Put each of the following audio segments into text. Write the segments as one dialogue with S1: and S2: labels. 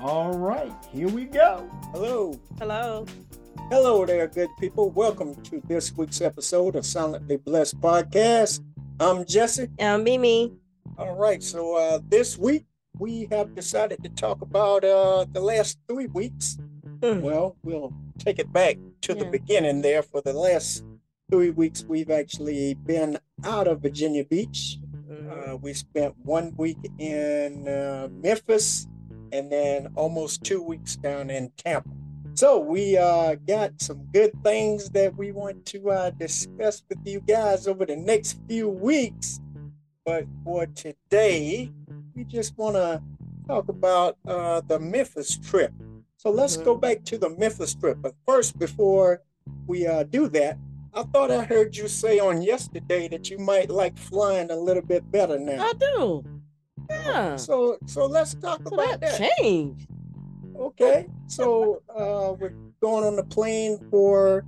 S1: All right, here we go.
S2: Hello.
S3: Hello.
S2: Hello there, good people. Welcome to this week's episode of Silently Blessed Podcast. I'm Jesse.
S3: Um, Mimi.
S2: All right. So uh, this week we have decided to talk about uh, the last three weeks.
S3: Mm.
S2: Well, we'll take it back to the
S3: Yeah.
S2: beginning there. For the last three weeks, we've actually been out of Virginia Beach.
S4: Mm-hmm.
S2: Uh, we spent one week in uh, Memphis and then almost two weeks down in Tampa. So we uh, got some good things that we want to uh, discuss with you guys over the next few weeks. But for today, we just want to talk about uh, the Memphis trip. So let's
S3: Mhm.
S2: go back to the Memphis trip. But first, before we uh, do that, I thought I heard you say on yesterday that you might like flying a little bit better now.
S4: I do. Yeah. So,
S2: So so let's talk about oh,
S4: that,
S2: that.
S4: changed.
S2: Okay. So uh we're going on the plane for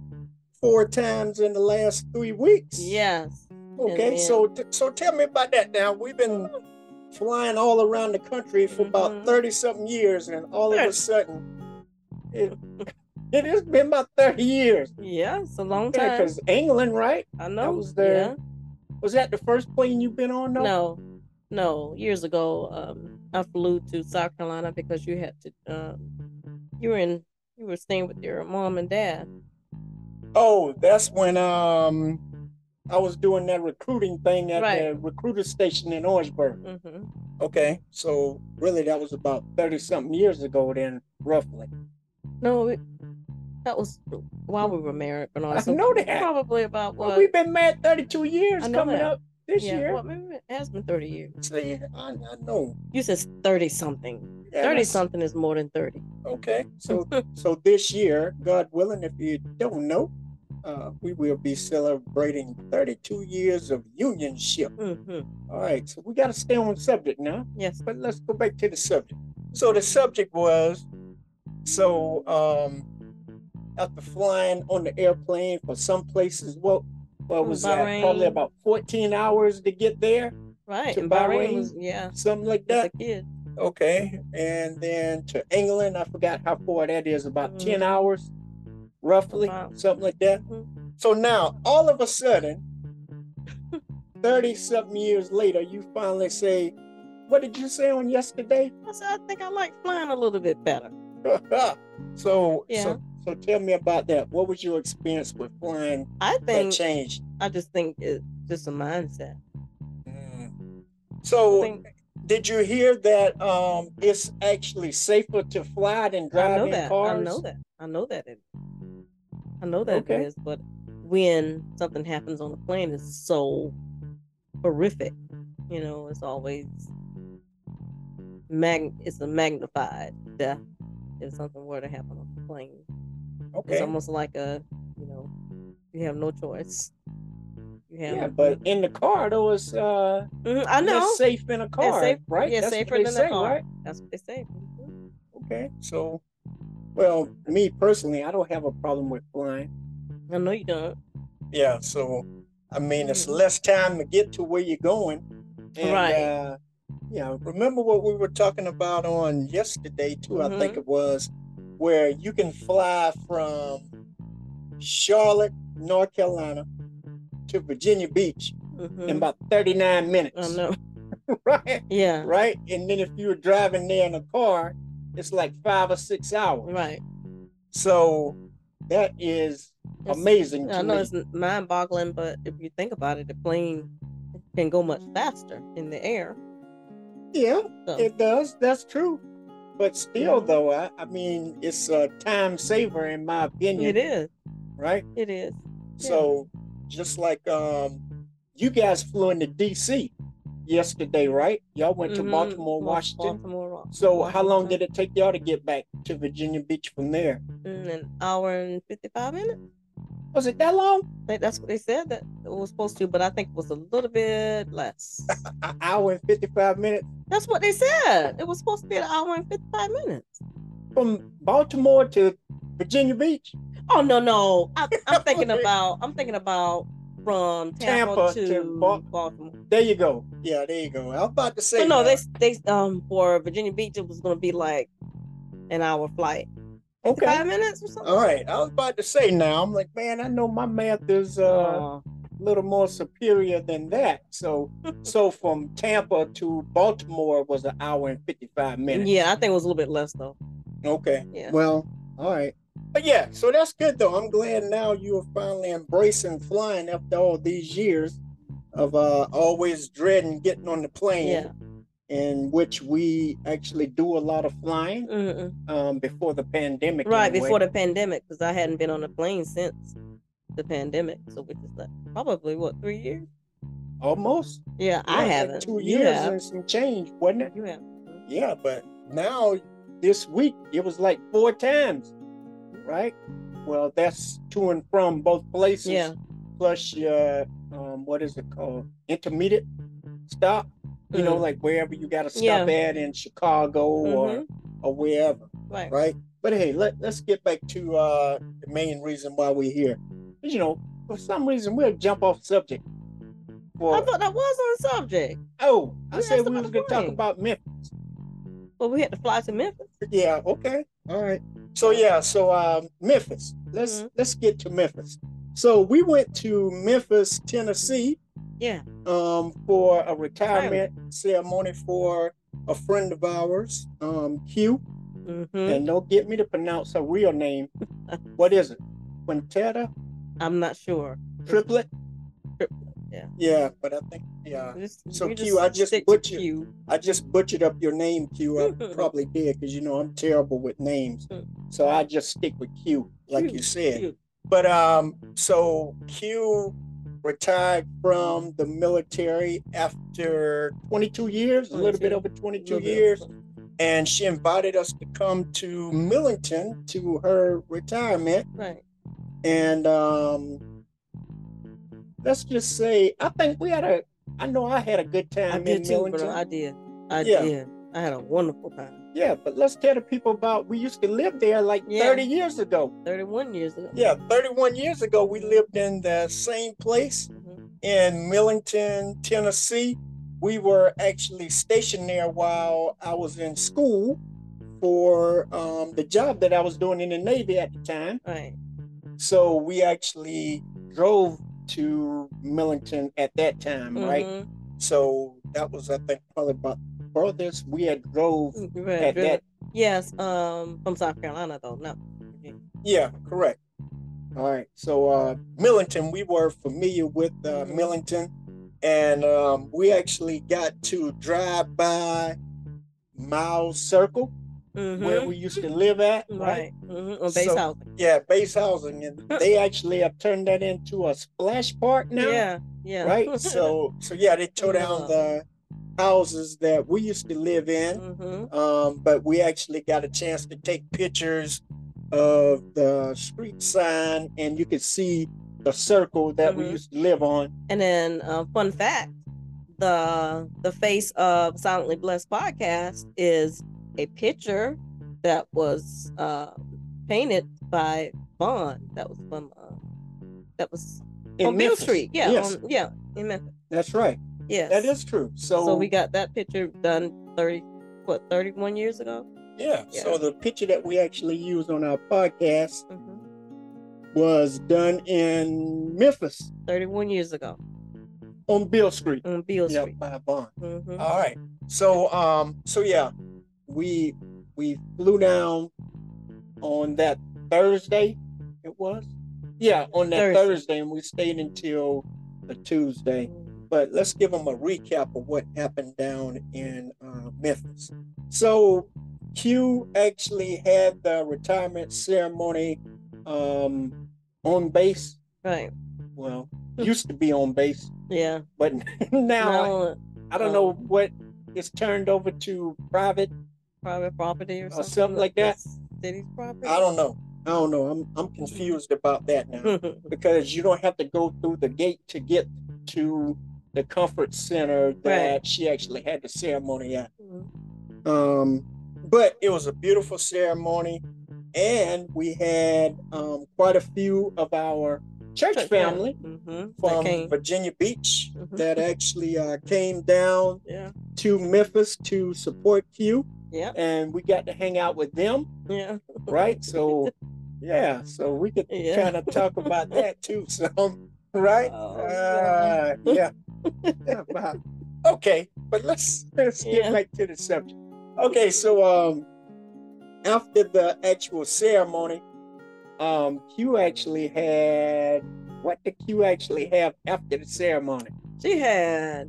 S2: four times in the last three weeks.
S4: Yes.
S2: Okay.
S4: then-
S2: So t- so tell me about that now. We've been flying all around the country for about
S4: Mhm.
S2: 30 something years and all of a
S4: Thirty.
S2: sudden it, it has been about 30 years.
S4: Yeah, it's a long time.
S2: Because England, right?
S4: I know.
S2: was there. Was that the first plane you've been on?
S4: Yeah.
S2: though?
S4: No, no. Years ago, um, I flew to South Carolina because you had to. Um, you were in. You were staying with your mom and dad.
S2: Oh, that's when um I was doing that recruiting thing at
S4: Right.
S2: the recruiter station in Orangeburg.
S4: Mm-hmm.
S2: Okay, so really that was about thirty something years ago then, roughly.
S4: No, it, that was while we were married. But
S2: I
S4: also
S2: know that.
S4: Probably about what?
S2: Well, we've been married thirty-two years
S4: I know
S2: coming
S4: that.
S2: up this
S4: yeah,
S2: year.
S4: Well, maybe it has been thirty years.
S2: See, I, I know
S4: You said thirty something.
S2: Yeah,
S4: thirty
S2: that's-
S4: something is more than thirty.
S2: Okay, so so this year, God willing, if you don't know, uh, we will be celebrating thirty-two years of unionship.
S4: hmm
S2: All right, so we got to stay on subject now.
S4: Yes.
S2: but let's go back to the subject. So the subject was so um after flying on the airplane for some places, what what was that? Probably
S4: Bahrain.
S2: about 14 hours to get there,
S4: Right.
S2: To
S4: And Bahrain
S2: Bahrain?
S4: was yeah.
S2: something like
S4: As
S2: that.
S4: a kid.
S2: Okay. And then to England, I forgot how far that is, about
S4: Mm-hmm.
S2: 10 hours roughly,
S4: About-
S2: something like that.
S4: Mhm.
S2: So now all of a sudden, 30 something years later, you finally say, What did you say on yesterday?
S4: I said, I think I like flying a little bit better.
S2: so,
S4: Yeah.
S2: so, so tell me about that. What was your experience with flying
S4: I
S2: that
S4: think
S2: changed?
S4: I just think it's just a mindset. I
S2: Mm. So,
S4: think
S2: did you hear that um, it's actually safer to fly than
S4: I
S2: drive
S4: know
S2: in
S4: that.
S2: cars?
S4: I know that. I know that it. I know that
S2: Okay.
S4: it is, but when something happens on the plane, it's so horrific. You know, it's always mag. It's a magnified death if something were to happen on the plane. It's
S2: Okay.
S4: almost like a, you know, you have no choice. You have
S2: Yeah, but in the car though, it's uh,
S4: Mhm, I
S2: less
S4: know.
S2: safe in a car,
S4: safe-
S2: right?
S4: yeah,
S2: That's what
S4: safer
S2: they
S4: than a
S2: say,
S4: car.
S2: right?
S4: That's what they say. Mhm.
S2: Okay. So, well, me personally, I don't have a problem with flying.
S4: I know you don't.
S2: Yeah. So, I mean, it's
S4: Mhm.
S2: less time to get to where you're going. And,
S4: Right.
S2: Uh, yeah. Remember what we were talking about on yesterday, too, I
S4: Mm-hmm.
S2: think it was, where you can fly from Charlotte, North Carolina to Virginia Beach in
S4: Mhm.
S2: about 39 minutes.
S4: I know.
S2: right.
S4: Yeah.
S2: Right. And then if you were driving there in a car, it's like five or six hours.
S4: Right.
S2: So that is
S4: That's-
S2: amazing. To
S4: I know
S2: me.
S4: it's mind boggling, but if you think about it, the plane can go much faster in the air.
S2: Yeah,
S4: So
S2: it does. That's true. But still,
S4: Mhm.
S2: though, I, I mean, it's a time saver in my opinion,
S4: it is.
S2: right?
S4: It is.
S2: So just like um, you guys flew into D.C., yesterday, right? Y'all went to
S4: Mhm.
S2: Baltimore,
S4: Wa-
S2: Washington.
S4: Baltimore, Wa-
S2: So how long did
S4: Washington.
S2: it take y'all to get back to Virginia Beach from there?
S4: Mm, An hour and fifty-five minutes.
S2: Was it that long?
S4: I think that's what they said that it was supposed to, but I think it was a little bit less.
S2: An hour and fifty-five minutes
S4: that's what they said. It was supposed to be an hour and fifty-five minutes.
S2: from Baltimore to Virginia Beach,
S4: Oh no, no. I, I'm thinking about. I'm thinking about from Tampa,
S2: Tampa
S4: to,
S2: to Bal-
S4: Baltimore.
S2: There you go. Yeah, there you go. I was about to say.
S4: So no,
S2: man.
S4: they they um for Virginia Beach it was gonna be like an hour flight,
S2: okay.
S4: five minutes or something.
S2: All right, I was about to say now. I'm like, man, I know my math is uh,
S4: Uh,
S2: a little more superior than that. So, so from Tampa to Baltimore was an hour and fifty-five minutes.
S4: yeah, I think it was a little bit less though.
S2: Okay.
S4: Yeah.
S2: Well, all right. But yeah, so that's good though. I'm glad now you are finally embracing flying after all these years of uh always dreading getting on the plane
S4: Yeah.
S2: in which we actually do a lot of flying
S4: Mm-mm.
S2: um before the pandemic.
S4: Right
S2: anyway.
S4: before the pandemic, because I hadn't been on a plane since the pandemic, so which is like probably what three years.
S2: almost
S4: Yeah, I
S2: Yeah, like
S4: haven't.
S2: two
S4: You
S2: years
S4: have.
S2: and some change, wasn't it?
S4: You have.
S2: Yeah, but now this week it was like four times, right? Well, that's to and from both places.
S4: Yeah.
S2: Plus your um, what is it called? Intermediate stop. You know,
S4: Mm.
S2: like wherever you got to stop
S4: Yeah. Mm-hmm.
S2: at in Chicago or or wherever
S4: Right.
S2: right? But hey, let, let's get back to uh, the main reason why we're here. 'Cause, You know, for some reason we'll jump off subject.
S4: I
S2: For
S4: thought that was on subject,
S2: oh, I
S4: we
S2: said
S4: asked
S2: we
S4: about
S2: was gonna talk
S4: flying.
S2: about Memphis.
S4: but we had to fly to Memphis.
S2: Yeah. Okay. All right. So yeah. So um, Memphis. Let's
S4: Mhm.
S2: let's get to Memphis. So we went to Memphis, Tennessee,
S4: Yeah.
S2: um, for a retirement ceremony for a friend of ours, um, Q.
S4: Mm-hmm.
S2: And don't get me to pronounce her real name. what is it? Quintetta.
S4: I'm not sure.
S2: triplet.
S4: Triplet, yeah.
S2: Yeah, but I think yeah,
S4: Just,
S2: So,
S4: we
S2: Q, I just
S4: stick to
S2: butchered-
S4: Q.
S2: I just butchered up your name, Q. I probably did because you know I'm terrible with names,
S4: Mm.
S2: so I just stick with Q, like you
S4: Q,
S2: said.
S4: Q.
S2: But um, so Q retired from the military after 22 years, a little bit
S4: 22.
S2: over 22
S4: Little bit.
S2: years, and she invited us to come to Millington to her retirement.
S4: Right.
S2: and um let's just say i think we had a i know i had a good
S4: I,
S2: time in
S4: did too,
S2: millington
S4: bro. I did. I
S2: Yeah.
S4: did. I had a wonderful time.
S2: yeah but let's tell the people about we used to live there like
S4: Yeah.
S2: 30 years ago
S4: 31 years ago.
S2: yeah 31 years ago we lived in the same place
S4: Mhm.
S2: in millington tennessee we were actually stationed there while i was in school for um, the job that i was doing in the navy at the time
S4: Right.
S2: So we actually drove to Millington at that time, right?
S4: Mhm.
S2: So that was, I think, probably about brothers. We had drove
S4: You better
S2: at
S4: drill
S2: that.
S4: it. Mm-hmm. Yes. Um, from South Carolina though. No. Virginia.
S2: Yeah, correct. All right. So uh, Millington, we were familiar with uh,
S4: Mhm.
S2: Millington, and um, we actually got to drive by Miles Circle where
S4: Mhm.
S2: we used to live at, right?
S4: Right. Mm-hmm. On base
S2: So-
S4: housing.
S2: Yeah, base housing, and they actually have turned that into a splash park now.
S4: Yeah. Yeah.
S2: right? So, so yeah, they tore down the houses that we used to live in,
S4: hmm
S2: um, but we actually got a chance to take pictures of the street sign, and you could see the circle that we
S4: Mhm.
S2: used to live on.
S4: And then, uh, fun fact: the the face of Silently Blessed podcast is a picture that was uh, painted by Vaughn. That was from uh, that was
S2: In
S4: on Beale
S2: Memphis.
S4: Street. Yeah,
S2: yes,
S4: on, yeah, in Memphis.
S2: that's right.
S4: Yes,
S2: That is true. So,
S4: So, we got that picture done thirty what thirty one years ago.
S2: yeah,
S4: yeah.
S2: So the picture that we actually used on our podcast
S4: Mhm.
S2: was done in Memphis
S4: Thirty one years ago
S2: on Bill Street.
S4: on Beale
S2: Yeah,
S4: Street.
S2: by Bond.
S4: Mhm.
S2: All right. So um so yeah, we we flew down on that Thursday it was. Yeah, on that
S4: Thursday.
S2: Thursday, and we stayed until the Tuesday. But let's give them a recap of what happened down in uh, Memphis. So Q actually had the retirement ceremony um on base.
S4: Right.
S2: Well, used to be on base,
S4: Yeah.
S2: but now
S4: Now,
S2: I don't know what is turned over to private.
S4: private property or
S2: uh, something
S4: something,
S2: like that.
S4: the City's property.
S2: I don't know. I don't know. I'm I'm confused about that now because you don't have to go through the gate to get to the comfort center that she actually had the ceremony at.
S4: Mm-hmm.
S2: Um, but it was a beautiful ceremony, and we had um, quite a few of our church family Mm-hmm.
S4: mm-hmm.
S2: from
S4: came.
S2: Virginia Beach
S4: Mhm.
S2: that actually uh, came down
S4: Yeah,
S2: to Memphis to support Q,
S4: yeah,
S2: and we got to hang out with them,
S4: yeah.
S2: right? So, yeah, so we could
S4: Yeah.
S2: kind of talk about that too. So, right?
S4: Oh,
S2: Uh, yeah. About- okay, but let's let's
S4: Yeah.
S2: get back to the subject. Okay, so um, after the actual ceremony, um, Q actually had what did Q actually have after the ceremony?
S4: She had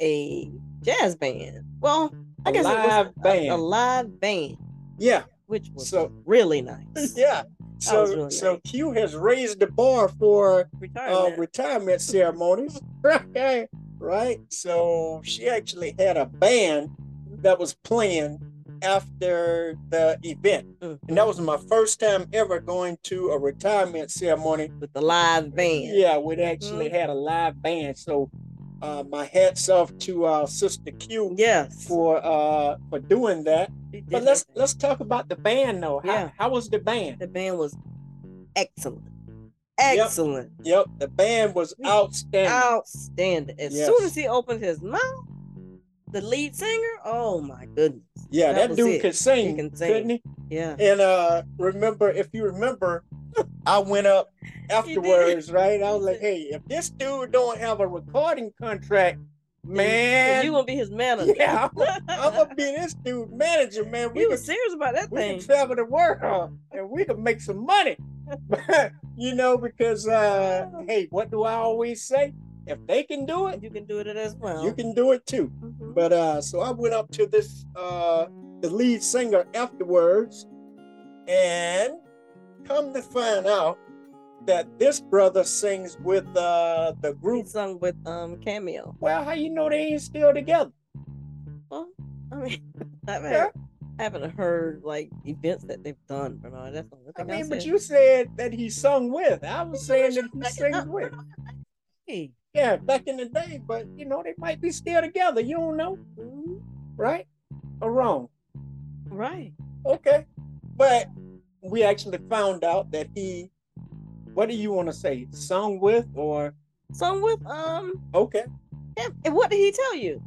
S4: a jazz band. Well, I
S2: A
S4: guess it was
S2: live
S4: a-
S2: band.
S4: A, live band,
S2: Yeah,
S4: which was
S2: So-
S4: really nice.
S2: yeah. So
S4: was really
S2: so
S4: nice.
S2: Q has raised the bar for
S4: Oh,
S2: uh,
S4: Retirement.
S2: retirement ceremonies. right. Right. So she actually had a band that was playing after the event.
S4: Mhm.
S2: And that was my first time ever going to a retirement ceremony.
S4: with the live band.
S2: Yeah, we actually
S4: Mm-hmm.
S2: had a live band. So uh, my hats off to our sister Q
S4: Yes.
S2: for uh, for doing that.
S4: she did
S2: But let's
S4: everything.
S2: let's talk about the band though. How,
S4: Yeah.
S2: how was the band?
S4: the band was excellent.
S2: Yep.
S4: Excellent.
S2: Yep, the band was outstanding.
S4: Oh, Outstanding. As
S2: Yes.
S4: soon as he opened his mouth, the lead singer, oh my goodness.
S2: yeah,
S4: that
S2: that,
S4: was
S2: dude
S4: it.
S2: could sing,
S4: He can
S2: couldn't
S4: sing.
S2: he?
S4: Yeah.
S2: And uh remember, if you remember, I went up afterwards, right? I was like, hey, if this dude don't have a recording contract, man,
S4: You're gonna be his manager.
S2: Yeah, I'm gonna be this dude manager, man. We
S4: he
S2: can,
S4: was serious about that
S2: we
S4: thing.
S2: can travel the world and we can make some money. you know, because uh hey, what do I always say? If they can do it,
S4: you can do it as well.
S2: you can do it too.
S4: Mhm.
S2: But uh, so I went up to this uh, the lead singer afterwards, and come to find out that this brother sings with uh, the
S4: He
S2: group.
S4: sung with um cameo.
S2: Well, how you know they ain't still together?
S4: Well, I mean, I haven't,
S2: Yeah.
S4: I haven't heard like events that they've done, Bernard. That's the only
S2: I
S4: thing I,
S2: mean, but
S4: said.
S2: you said that he sung with. I was saying that he sings with.
S4: Hey.
S2: Yeah, back in the day, but you know they might be still together. You don't know,
S4: Mhm.
S2: right or wrong?
S4: Right.
S2: Okay, but we actually found out that he. What do you want to say? Sung with or
S4: Sung with um
S2: okay?
S4: Cam- and what did he tell you?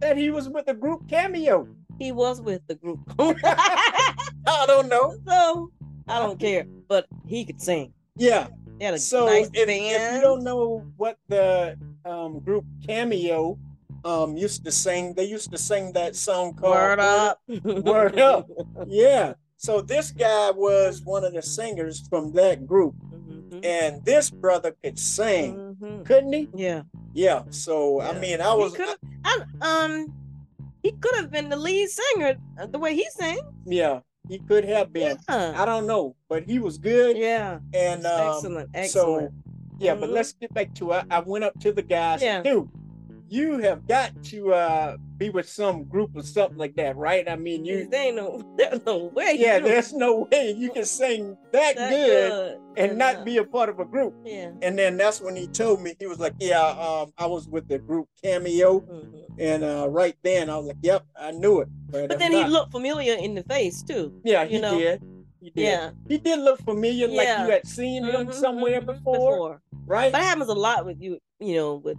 S2: that he was with the group Cameo.
S4: He was with the group.
S2: I don't know.
S4: so I don't care. But he could sing.
S2: Yeah.
S4: He had a
S2: So
S4: nice
S2: if, if
S4: band.
S2: you don't know what the um, group Cameo um, used to sing, they used to sing that song called
S4: Word up.
S2: Word up. Yeah. So this guy was one of the singers from that group,
S4: Mhm.
S2: and this brother could sing,
S4: Mhm.
S2: couldn't he?
S4: Yeah.
S2: Yeah. So I
S4: Yeah.
S2: mean, I was
S4: he could have um he could have been the lead singer uh, the way he sang.
S2: yeah, he could have been.
S4: Yeah.
S2: I don't know, but he was good,
S4: Yeah.
S2: and um,
S4: excellent. Excellent.
S2: So, yeah, but
S4: Mhm.
S2: let's get back to I, I went up to the guys.
S4: Yeah.
S2: Dude, you have got to uh, be with some group or something like that, right? I mean, you.
S4: there ain't no there's no way.
S2: Yeah,
S4: Mm-hmm. you
S2: there's no way you can sing that,
S4: that
S2: good, and
S4: and,
S2: not
S4: uh,
S2: be a part of a group.
S4: Yeah.
S2: And then that's when he told me he was like, "Yeah, um, I was with the group Cameo,"
S4: Mhm.
S2: and uh, right then I was like, "Yep, I knew it." But,
S4: But
S2: I'm
S4: then
S2: not-
S4: he looked familiar in the face too.
S2: yeah,
S4: you
S2: he
S4: know,
S2: did. He did.
S4: Yeah.
S2: He did look familiar, like
S4: Yeah.
S2: you had seen him
S4: Mhm,
S2: somewhere
S4: mhm,
S2: before, right?
S4: That happens a lot with you, you know, with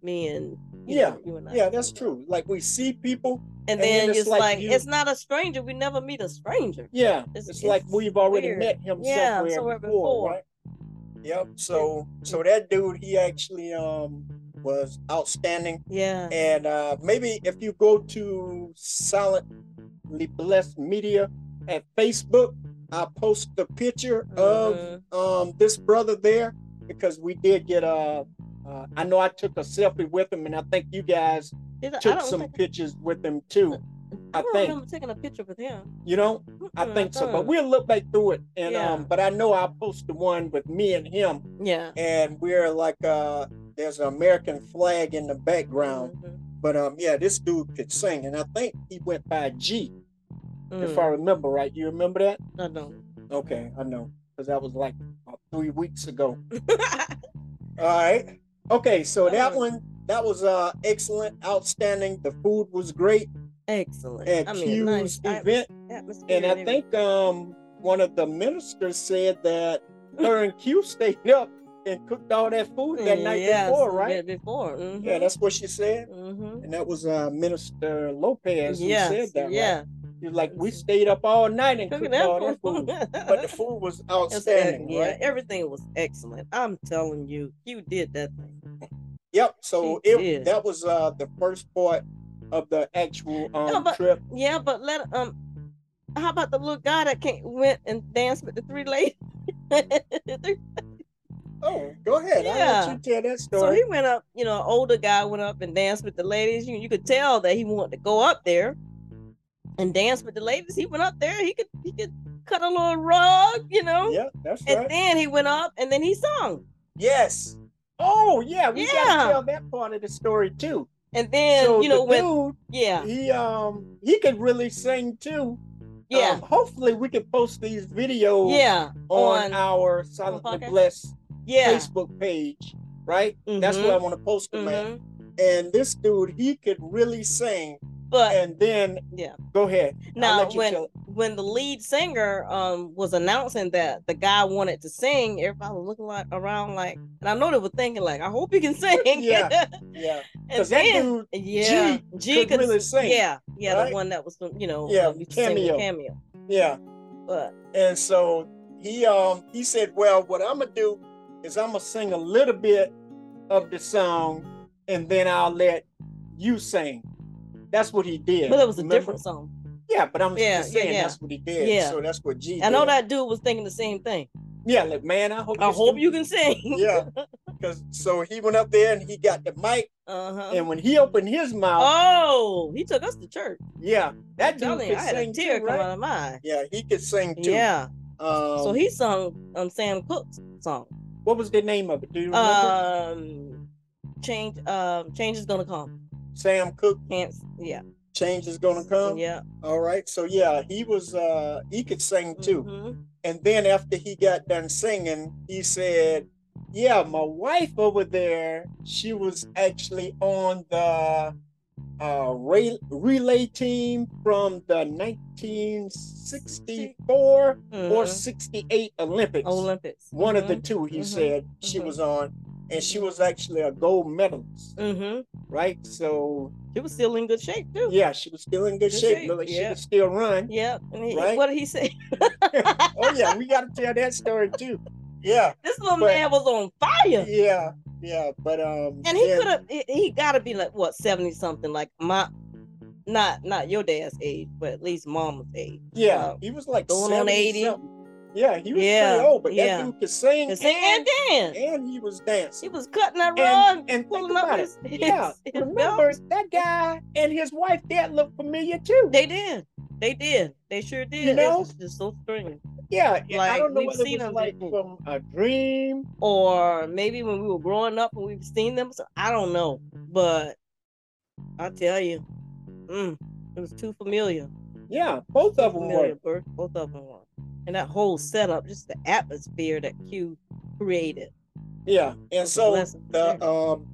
S4: me and you
S2: Yeah,
S4: know, you and I.
S2: Yeah, that's true. Like we see people And
S4: And then
S2: then
S4: it's,
S2: it's
S4: like,
S2: like you-
S4: it's not a stranger. We never meet a stranger.
S2: Yeah,
S4: It's-
S2: it's, like
S4: it's
S2: we've already
S4: weird.
S2: met him
S4: Yeah,
S2: somewhere,
S4: somewhere
S2: before,
S4: before.
S2: right? Yep. So, so that dude, he actually um was outstanding,
S4: Yeah.
S2: and uh maybe if you go to Silently Blessed Media at Facebook, I post the picture
S4: Mhm.
S2: of um this brother there because we did get a. Uh, I know I took a selfie with him, and I think you guys
S4: Did I- I um,
S2: took
S4: don't
S2: some
S4: think-
S2: pictures with him too.
S4: I
S2: I
S4: don't
S2: think
S4: remember taking a picture with him.
S2: you know. I
S4: Mm-mm,
S2: think so, but
S4: thought-
S2: we'll look back through it. And
S4: uh, Yeah.
S2: um, but I know I posted one with me and him,
S4: yeah.
S2: and we're like uh, there's an American flag in the background,
S4: Mhm.
S2: But um, yeah, this dude could sing, and I think he went by G, if
S4: Mm,
S2: I remember right. You remember that?
S4: I know.
S2: Okay, I know, because that was like uh, three weeks ago. All right. Okay, so that
S4: Oh.
S2: one that was uh excellent, outstanding. The food was great
S4: Excellent.
S2: at
S4: I mean,
S2: Q's
S4: nice at-
S2: event,
S4: atmosphere
S2: and I
S4: everything.
S2: think um one of the ministers said that her and Q stayed up and cooked all that food that night
S4: Yes,
S2: before,
S4: the
S2: right?
S4: night Before. Mm-hmm.
S2: Yeah, that's what she said.
S4: Mm-hmm.
S2: And that was uh, Minister Lopez who
S4: Yes,
S2: said that. Right?
S4: yeah.
S2: He was like, we stayed up all night and
S4: Cooking
S2: cooked all that
S4: that food.
S2: food. But the food was
S4: It's ec-
S2: outstanding,
S4: yeah,
S2: right?
S4: everything was excellent. I'm telling you, you did that thing.
S2: Yep. So
S4: She
S2: it
S4: did.
S2: that was uh the first part of the actual um
S4: but-
S2: trip.
S4: Yeah, but let um, how about the little guy that came went and danced with the three ladies?
S2: Oh, go ahead. I'll
S4: Yeah.
S2: let you tell that
S4: so
S2: story.
S4: he went up. You know, older guy went up and danced with the ladies. You you could tell that he wanted to go up there and dance with the ladies. He went up there. He could he could cut a little rug. You know.
S2: yeah, that's
S4: And
S2: right.
S4: then he went up and then he sung.
S2: yes. Oh yeah, we
S4: Yeah.
S2: gotta tell that part of the story too.
S4: And then,
S2: so
S4: you know,
S2: the
S4: when
S2: dude,
S4: yeah,
S2: he um he could really sing too.
S4: yeah,
S2: Um, hopefully we can post these videos
S4: yeah,
S2: on,
S4: on-
S2: our Silently
S4: podcast?
S2: Blessed
S4: yeah.
S2: Facebook page, right? That's
S4: Mhm,
S2: where I want to post them at.
S4: mhm.
S2: And this dude, he could really sing.
S4: But
S2: And then
S4: yeah.
S2: go ahead. I'll
S4: Now
S2: let you
S4: when
S2: tell it.
S4: when the lead singer um was announcing that the guy wanted to sing, everybody was looking like around like and I know they were thinking like, I hope he can sing.
S2: Yeah, yeah,
S4: and
S2: because that
S4: then,
S2: dude,
S4: yeah, G,
S2: could really sing,
S4: Yeah, yeah,
S2: right?
S4: the one that was you know
S2: Yeah,
S4: um, used to sing with
S2: cameo.
S4: cameo.
S2: yeah,
S4: But
S2: And so he um he said, Well, what I'm gonna do is I'm gonna sing a little bit of the song and then I'll let you sing. That's what he did.
S4: but it was a
S2: Remember?
S4: different song.
S2: Yeah, but I'm
S4: Yeah,
S2: just
S4: yeah,
S2: saying
S4: yeah.
S2: that's what he did.
S4: Yeah.
S2: So that's what G
S4: I know
S2: did.
S4: that dude was thinking the same thing.
S2: Yeah, like man, I hope
S4: I
S2: this
S4: hope
S2: dude-
S4: you can sing.
S2: Yeah. Cause so he went up there and he got the mic
S4: Uh huh.
S2: and when he opened his mouth,
S4: Oh, he took us to church.
S2: yeah, that dude
S4: Telling you,
S2: could
S4: I had a
S2: sing
S4: tear
S2: too,
S4: come
S2: right?
S4: out of my eye.
S2: Yeah, he could sing too.
S4: Yeah.
S2: Um,
S4: so he sung um Sam Cooke's song.
S2: what was the name of it? Do you remember?
S4: Um change um change is gonna come.
S2: Sam Cook,
S4: Can't s- yeah.
S2: Change is gonna come.
S4: Yeah.
S2: All right. So yeah, he was uh he could sing too.
S4: mhm.
S2: And then after he got done singing, he said, "Yeah, my wife over there, she was actually on the uh re- relay team from the 1964 or
S4: Mhm.
S2: 68 Olympics.
S4: Olympics.
S2: One of the two he
S4: mhm,
S2: said she
S4: mhm.
S2: was on and she was actually a gold medalist,
S4: Mm-hmm.
S2: right? So
S4: He was still in good shape too.
S2: yeah, she was still in good
S4: Good
S2: shape.
S4: shape,
S2: Looked like she
S4: yeah.
S2: could still run.
S4: Yep. And he,
S2: Right?
S4: what did he say?
S2: oh yeah, we gotta tell that story too. Yeah,
S4: This little
S2: But-
S4: man was on fire.
S2: yeah, yeah. But um,
S4: And he
S2: yeah,
S4: could have he, he gotta be like what, seventy something, like my not not your dad's age, but at least mama's age.
S2: Yeah,
S4: uh,
S2: he was like
S4: going
S2: 70
S4: on 80.
S2: something. Yeah, he was
S4: Yeah,
S2: pretty old, but
S4: yeah.
S2: that dude could sing,
S4: And sing and dance.
S2: and he was
S4: He
S2: dancing.
S4: was cutting that
S2: And,
S4: rug,
S2: and think
S4: pulling up
S2: about it.
S4: his, his,
S2: Yeah,
S4: his
S2: remember
S4: belt.
S2: that guy and his wife that looked familiar too.
S4: They did. They did. They sure did.
S2: know?
S4: it's just so strange.
S2: Yeah, and I
S4: Like,
S2: don't know
S4: we've
S2: whether it
S4: seen
S2: was
S4: them
S2: like from
S4: before.
S2: a dream.
S4: Or maybe when we were growing up and we've seen them, so I don't know. But I tell you, mm, it was too familiar.
S2: Yeah, both of them
S4: familiar
S2: were.
S4: birth, both of them were. And that whole setup, just the atmosphere that Q created.
S2: Yeah, and
S4: was a
S2: so
S4: blessing.
S2: the um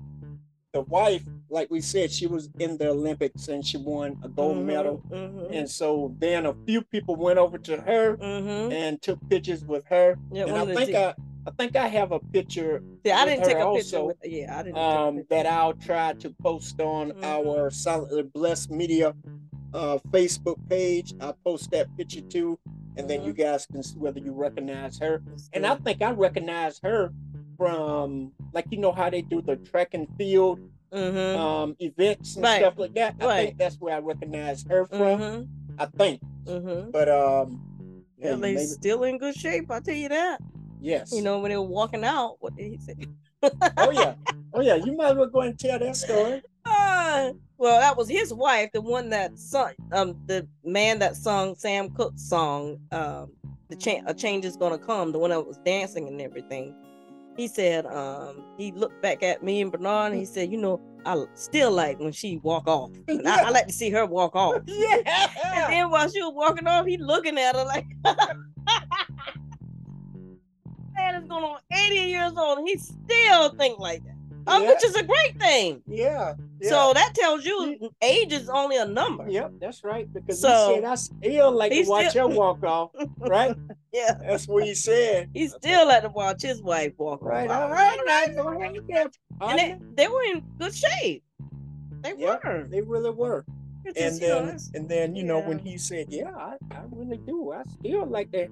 S2: the wife, like we said, she was in the Olympics and she won a gold
S4: Mhm,
S2: medal.
S4: mhm,
S2: And so then a few people went over to her
S4: mhm.
S2: and took pictures with her.
S4: Yeah,
S2: and
S4: one of
S2: I
S4: the
S2: think
S4: two-
S2: I, I think I have a picture
S4: See, I
S2: with
S4: didn't take
S2: her
S4: a picture
S2: also,
S4: with yeah, I didn't
S2: um,
S4: take a
S2: that
S4: picture.
S2: I'll try to post on
S4: Mhm.
S2: our Solidly Blessed Media uh, Facebook page. I'll post that picture too, and then
S4: Mm-hmm.
S2: you guys can see whether you recognize her. And I think I recognize her from like you know how they do the track and field
S4: mm-hmm.
S2: um, events and
S4: Right.
S2: stuff like that. I think
S4: Right.
S2: that's where I recognize her from.
S4: Mm-hmm.
S2: I think,
S4: Mm-hmm.
S2: but um,
S4: Yeah,
S2: yeah,
S4: they
S2: maybe-
S4: still in good shape. I tell you that.
S2: yes,
S4: You know, when they were walking out, what did he say?
S2: oh yeah, oh yeah. You might as well go and tell that story.
S4: Ah, well, that was his wife, the one that sung, um, the man that sung Sam Cooke's song, um, the cha- a change is gonna come, the one that was dancing and everything. he said um he looked back at me and Bernard and he said, you know, I still like when she walk off. And I, I like to see her walk off. And
S2: Yeah.
S4: then while she was walking off, he looking at her like man is going on 80 years old and he still think like that. Um,
S2: Yeah.
S4: which is a great thing.
S2: Yeah. yeah.
S4: So that tells you age is only a number.
S2: Yep, that's right. Because
S4: So-
S2: he said I still like
S4: He
S2: to watch
S4: still-
S2: her walk off, right?
S4: Yeah.
S2: That's what he said.
S4: He still had to watch his wife walk.
S2: Right.
S4: around.
S2: All right. Now go ahead. Yeah. I
S4: And they, they were in good shape. They
S2: Yep.
S4: were.
S2: They really were.
S4: It's
S2: And
S4: just, you know,
S2: then,
S4: it's-
S2: and then, you know, when
S4: yeah.
S2: he said, "Yeah, I, I really do. I still like to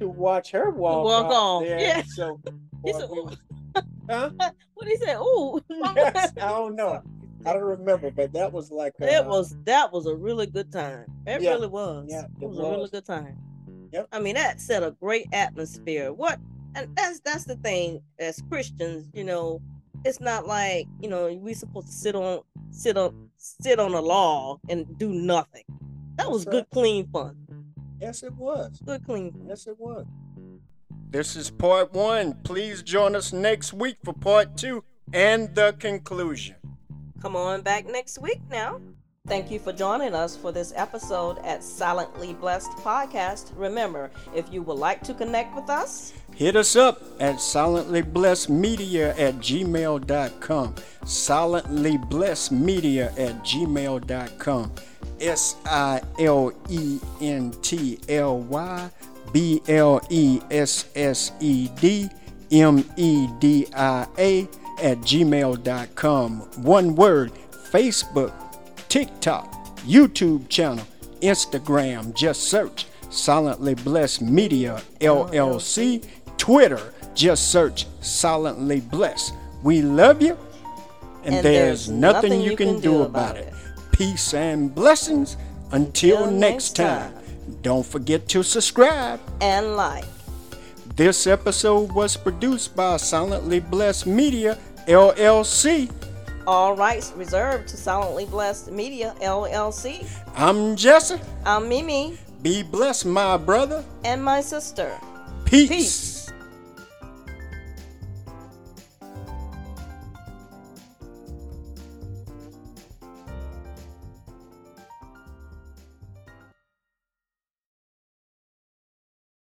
S2: to watch her walk
S4: walk
S2: off
S4: off,
S2: there."
S4: yeah.
S2: So,
S4: He
S2: boy,
S4: said,
S2: we
S4: "Ooh."
S2: was- huh?
S4: what he said, ooh.
S2: Yes, I don't know. I don't remember, but that was like
S4: It
S2: uh,
S4: was that was a really good time. It
S2: Yeah.
S4: really was.
S2: Yeah,
S4: it
S2: it
S4: was, a really
S2: was.
S4: good time.
S2: Yep.
S4: I mean, that set a great atmosphere. What and that's that's the thing as Christians, you know, it's not like, you know, we supposed to sit on sit on sit on a log and do nothing. That was
S2: That's
S4: good,
S2: right.
S4: clean fun.
S2: Yes, it was.
S4: Good clean fun.
S2: Yes, it was. This is part one. Please join us next week for part two and the conclusion.
S4: Come on back next week now. Thank you for joining us for this episode at Silently Blessed Podcast. Remember, if you would like to connect with us,
S2: Hit us up at silentlyblessedmedia at gmail.com. Silentlyblessedmedia at gmail.com. S I L E N T L Y B L E S S E D M E D I A at gmail.com. One word Facebook, TikTok, YouTube channel, Instagram. Just search Silently Blessed Media LLC. Twitter. Just search Silently Blessed. We love you, and, there's, nothing, you can, do about it. Peace and blessings. Until,
S4: Until
S2: next
S4: next
S2: time, don't forget to subscribe.
S4: and like.
S2: This episode was produced by Silently Blessed Media LLC.
S4: All rights reserved to Silently Blessed Media LLC.
S2: I'm Jesse.
S4: I'm Mimi
S2: Be blessed, my brother.
S4: and my sister.
S2: Peace.
S4: Peace.